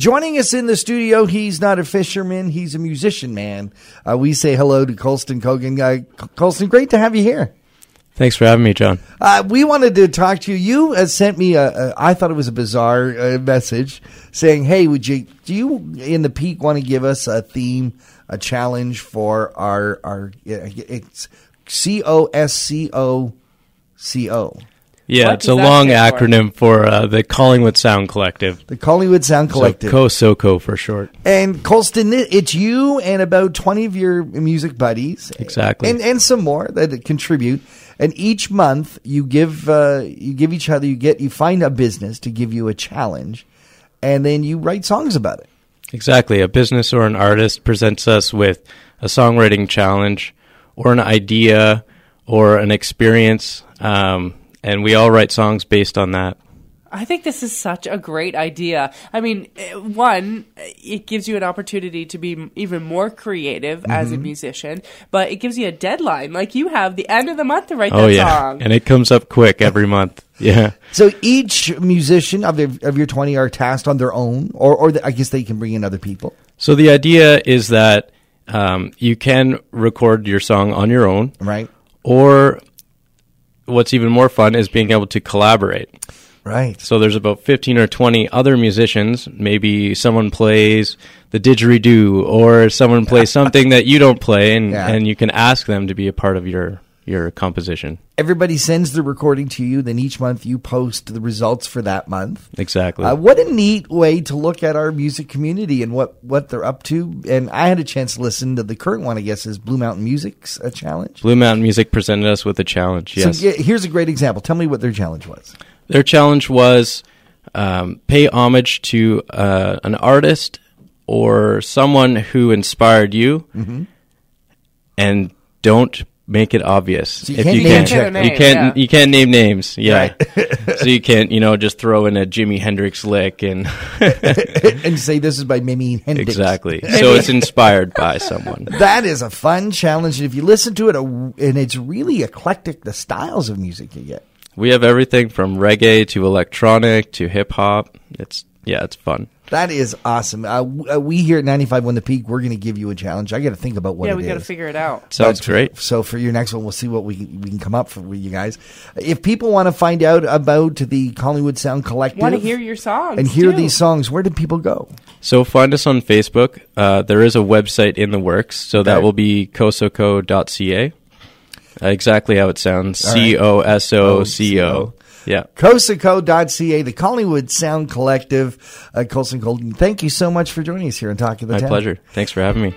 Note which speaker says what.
Speaker 1: Joining us in the studio, he's not a fisherman, he's a musician man. Uh, we say hello to Colston Cogan. Uh, Colston, great to have you here.
Speaker 2: Thanks for having me, John.
Speaker 1: Uh, we wanted to talk to you. You uh, sent me a, a, I thought it was a bizarre uh, message saying, "Hey, would you do you in the peak want to give us a theme, a challenge for our our it's C O S C O C O
Speaker 2: Yeah,
Speaker 3: What
Speaker 2: it's a
Speaker 3: does that
Speaker 2: long
Speaker 3: stand for?
Speaker 2: acronym for uh, the Collingwood Sound Collective.
Speaker 1: the Collingwood Sound Collective."
Speaker 2: So COSOCO for short.
Speaker 1: And Colston, it- it's you and about 20 of your music buddies.
Speaker 2: Exacally.
Speaker 1: And, and some more that contribute. And each month you give, uh, you give each other, you get, you find a business to give you a challenge and then you write songs about it.
Speaker 2: Exactly. A business or an artist presents us with a songwriting challenge or an idea or an experience, um, and we all write songs based on that.
Speaker 3: I think this is such a great idea. I mean, eh, one, eh, it gives you an opportunity to be m- even more creative as
Speaker 1: Mm-hmm.
Speaker 3: a musician, but it gives you a deadline. Like you have the end of the month to write
Speaker 2: oh,
Speaker 3: that
Speaker 2: yeah.
Speaker 3: song.
Speaker 2: And it comes up quick every month. Yeah.
Speaker 1: So each musician of, the, of your 20 are tasked on their own, or, or the, I guess they can bring in other people.
Speaker 2: So the idea is that um, you can record your song on your own.
Speaker 1: Right.
Speaker 2: Or what's even more fun is being able to collaborate.
Speaker 1: Right.
Speaker 2: So there's about 15 or 20 other musicians. Maybe someone plays the didgeridoo or someone plays something that you don't play and,
Speaker 1: Yeah.
Speaker 2: and you can ask them to be a part of your, your composition.
Speaker 1: Everybody sends the recording to you. Then each month you post the results for that month.
Speaker 2: Exactly.
Speaker 1: Uh, what a neat way to look at our music community and what, what they're up to. And I had a chance to listen to the current one, I guess, is Blue Mountain Music's a challenge.
Speaker 2: Blue Mountain Music presented us with a challenge. Yes.
Speaker 1: So yeah, here's a great example. Tell me what their challenge was.
Speaker 2: Their challenge was um, pay homage to uh, an artist or someone who inspired you,
Speaker 1: Mm-hmm.
Speaker 2: and don't make it obvious.
Speaker 1: you can't name check
Speaker 3: their
Speaker 2: you
Speaker 3: name,
Speaker 2: can't
Speaker 3: yeah.
Speaker 2: you can't name names. Yeah, so you can't you know just throw in a Jimi Hendrix lick and
Speaker 1: and say this is by Mimi Hendrix.
Speaker 2: exactly. so it's inspired by someone.
Speaker 1: That is a fun challenge. And if you listen to it, a, and it's really eclectic, the styles of music you get.
Speaker 2: We have everything from reggae to electronic to hip hop. It's yeah, it's fun.
Speaker 1: That is awesome. Uh, w- uh, we here at 95 Win the Peak, we're going to give you a challenge. I got to think about what
Speaker 3: yeah,
Speaker 1: it
Speaker 3: we got to
Speaker 1: is.
Speaker 3: figure it out.
Speaker 2: Sounds great.
Speaker 1: So for your next one, we'll see what we can, we can come up for with you guys. If people want to find out about the Collingwood Sound Collective,
Speaker 3: Want to hear your songs
Speaker 1: and hear
Speaker 3: too.
Speaker 1: these songs, where do people go?
Speaker 2: So find us on Facebook. Uh, there is a website in the works, so that
Speaker 1: Okay.
Speaker 2: will be cosoco.ca. Uh, exactly how it sounds.
Speaker 1: right.
Speaker 2: C O S O C O. Yeah.
Speaker 1: Cosico.ca, the Collingwood Sound Collective. Uh, Colson Golden, thank you so much for joining us here and talking to the
Speaker 2: My
Speaker 1: town.
Speaker 2: pleasure. Thanks for having me.